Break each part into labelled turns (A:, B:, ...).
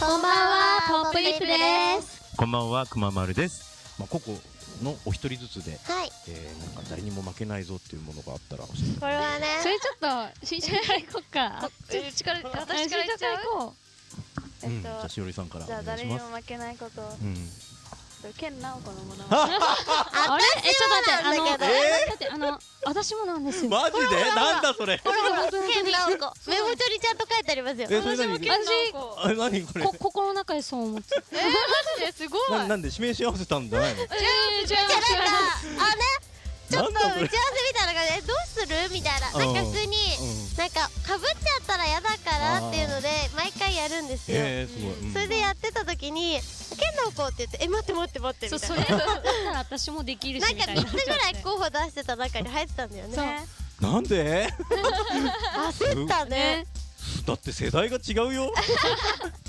A: こんばんは、ポップリップです。
B: こんばんは、くままるです。まあ、個々のお一人ずつで、
A: はい、
B: えー、なんか誰にも負けないぞっていうものがあったら教えて。
C: これはね
A: それちょっと、新車から行こうか。
C: うちから私から言っちゃう
A: 行こ
C: え
B: うん、
C: っ
B: じゃあ
C: と
B: しおりさんからお
C: じゃあ
B: 願
C: 誰
B: いし
C: にも
B: ます。
C: 負けないこと
B: うん、
C: ケンナオコのものは
A: う。あれえ、ちょっと待って、あの、
B: え
A: 待って、あの、私もなんですよ。
B: マジでなんだそれ
A: ほらほら、
D: 変な男メモ帳にちゃんと書いてありますよ
B: えそれ何
C: ケンナオコ
B: あれ何これ
A: こ、心の中でそう思ってた。
C: えーマジですごい
B: ななんで指名し合わせたんじゃないの
A: 違う違う違う
D: じゃなんかあれ ちょっと
B: なん
D: 打
B: だ
D: ち合わ
B: そ
D: せ
B: れ
D: みたいな感じでえどうするみたいな
B: う
D: なんんか普通に
B: うん
D: なんかかぶっちゃったら嫌だからっていうので毎回やるんですよ
B: えー、すごい、うん
D: それでやってた時に「剣の子」って言って「え待って待って待って」
A: そう、
D: みた
A: そ
D: い
A: れ
D: な
A: だったら私もできる
D: な
A: し
D: ん
A: みた
D: か
A: いな。
D: 3つぐらい候補出してた中に入ってたんだよね
A: そう
C: ね
B: なんで
D: 焦ったね
A: ね、
B: だって世代が違うよ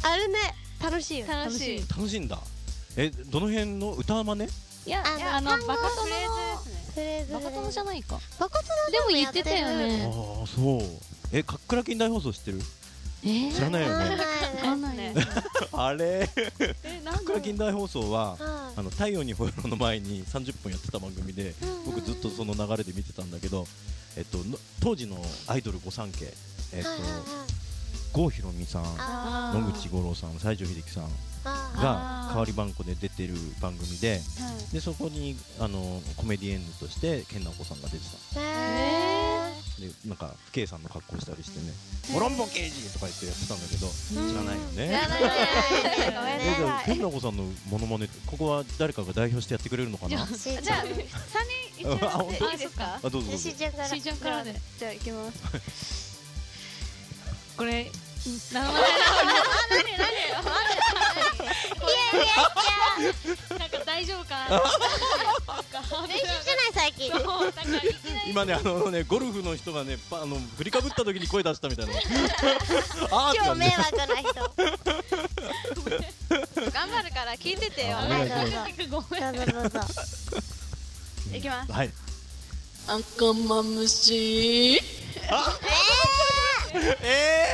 D: あれね楽しいよね
C: 楽しい
B: 楽しいんだえ、どの辺の歌真似
A: いや、
D: あの
A: あの、
D: 単語
A: バカ
C: フレー
A: 殿
C: ズですね
D: フレーズ
A: バカ殿じゃないか。
D: バカ殿
A: でも言ってたよ
B: あ
A: ね。
B: あ、そうえ、かっくらきん大放送知ってる
A: えー
B: 知らない よね
A: わかんないよ。
B: あれ
C: え
B: かっくらきん大放送は
D: は
B: あの太陽にほえろの前に30分やってた番組で
D: い
B: 僕ずっとその流れで見てたんだけど、えっと、の当時のアイドル御三家、えっと
D: はいはいはい
B: 郷ひろみさん
D: あ
A: あー
B: 野口五郎さん西城秀樹さん
D: ああ
A: あー
B: が代わり番組で出てる番組で
A: はい
B: でそこにあのコメディエンヌとして健直子さんが出て
D: へ
A: え
D: え
B: たでなんか父兄さんの格好したりしてね「オロンボ刑事!」とか言ってやってたんだけど
D: うん
B: 知らないよ
C: 知らない
B: ね。
D: え
C: ごめ
B: え
C: んな
B: じゃあ
C: さい
B: 健直子さんのモノマネここは誰かが代表してやってくれるのかな
D: しーち
C: じゃ
D: ゃ
C: あ
D: ん
C: 三人一応やっていいですか
B: あどうぞどう
D: し
B: ぞ
D: ーちゃんから
A: しーちゃんからで。
C: じゃあ行きます
A: これ、名前なんか大丈夫かな。
D: 練習してない最近
A: そう、だからいきなり。
B: 今ねあのねゴルフの人がねパあの振りかぶった時に声出した みたいなあーって
D: 超
B: 感じ
D: 迷惑な人
C: 頑張るから聞いててよ
B: あお願いします
A: ごめん。
D: どうぞどうぞ
C: いきます
B: はい
E: 赤まむし
B: えー、え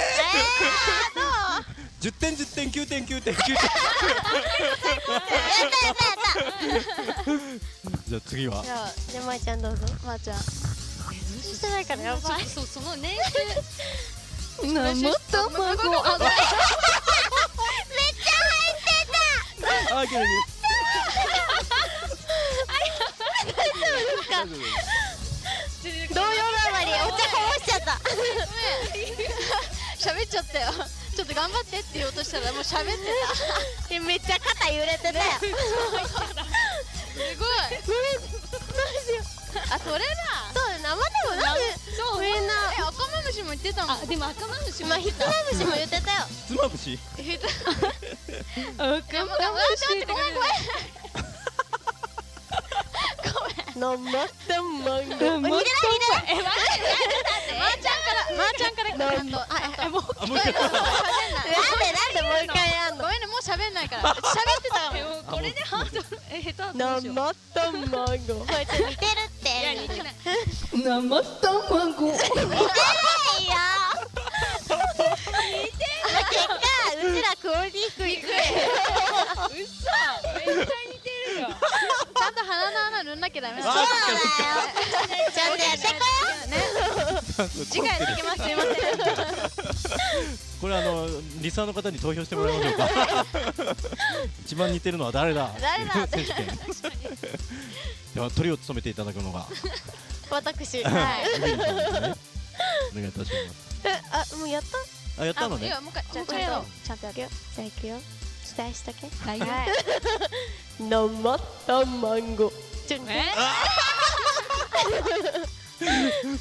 B: ー、どう10点10点9点9点9点じゃあ次 は
C: じゃあ
D: じゃあまいちゃんどうぞ
C: まーちゃん
D: してない からやばい
A: そう、そのね。
E: 生卵あ
B: あーけど大丈夫です
D: 同様なまりお茶こぼしちゃった
C: 喋っちゃったよちょっと頑張ってって言おうとしたらもう喋って
D: え めっちゃ肩揺れてたよ
C: すごいあそれだ
D: そう生でもなんで
C: そうみんなえ赤マムシも言ってたもん
A: あ、でも赤マムシ。
D: まあひつまぶしも言ってたよ
B: ひつまぶし
C: 頑張ってごめんごめんまーちゃんから
D: 生卵まい
C: 行くちゃんとあえもう
B: あもう一
D: なん
B: 回
D: でなんでもう一回やん
C: ごめんねもう喋んない から喋ってたもん
A: これでハート。え、下手だったでしょ。
D: の生卵こいつ似てるって
A: いや、
D: 似
A: 似
D: て
A: てない。
E: 生卵
D: ないよ似てる結果うちらクオリティ 低い
A: 絶対似てるよ。
C: ちゃんと鼻の穴塗んなきゃダメ
B: あー
C: だ
B: そっ
C: ね
B: か
D: ちゃんとやってこよ
B: そっか
C: 次回だけますすいません
B: これあのリスナーの方に投票してもらいまし ょうか一番似てるのは誰だ
D: 誰だ
B: 選手権ではトリを務めていただくのが
D: 私
C: はい
B: エビリンさんですねお願いいたします
D: えあもうやった
B: あやった
C: あ
B: の
C: もういい
B: ね
C: よもう一回じゃあ
D: もう一回や
C: ちゃん
D: ろう
C: とちゃんとやるよ
D: じゃあいくよ期待したけ
A: 大丈
C: はい
D: 生卵ちょっと
A: え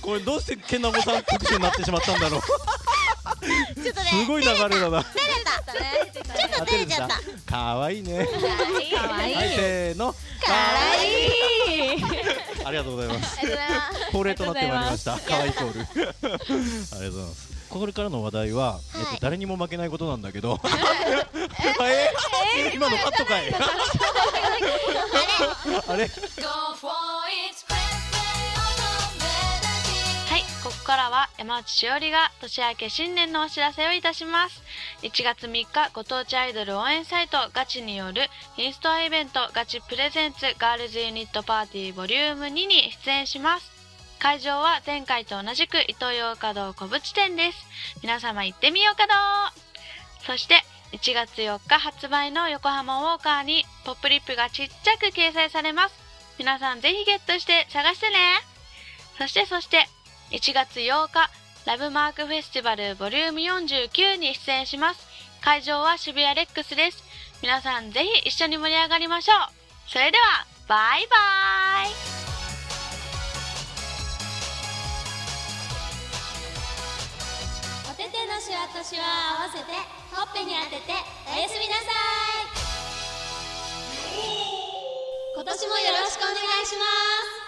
B: これどうしてけんなごさん特集になってしまったんだろう
D: ちょっと
B: す
D: ね
B: ごい流れだな
D: 照れたちょっと照れちゃった
B: かわいいね
A: 可愛い
B: はいせーの
D: かわいい
B: ありがとうございます
C: ありがとうございます
B: 恒例となってまいりましたかわいいコールありがとうございますこれからの話題は、えっと、誰にも負けないことなんだけ どえ今のカットかい あれ
E: はいここ
F: からは山内しおりが年明け新年のお知らせをいたします1月3日ご当地アイドル応援サイトガチによるインストアイベントガチプレゼンツガールズユニットパーティーボリューム2に出演します会場は前回と同じく伊東洋華堂小淵店です皆様行ってみようかどそして1月4日発売の横浜ウォーカーにポップリップがちっちゃく掲載されます皆さんぜひゲットして探してねそしてそして1月8日ラブマークフェスティバルボリューム49に出演します会場は渋谷レックスです皆さんぜひ一緒に盛り上がりましょうそれではバイバイ
D: おててのしわとしわを合わせてほっぺに当てておやすみなさい今年もよろしくお願いします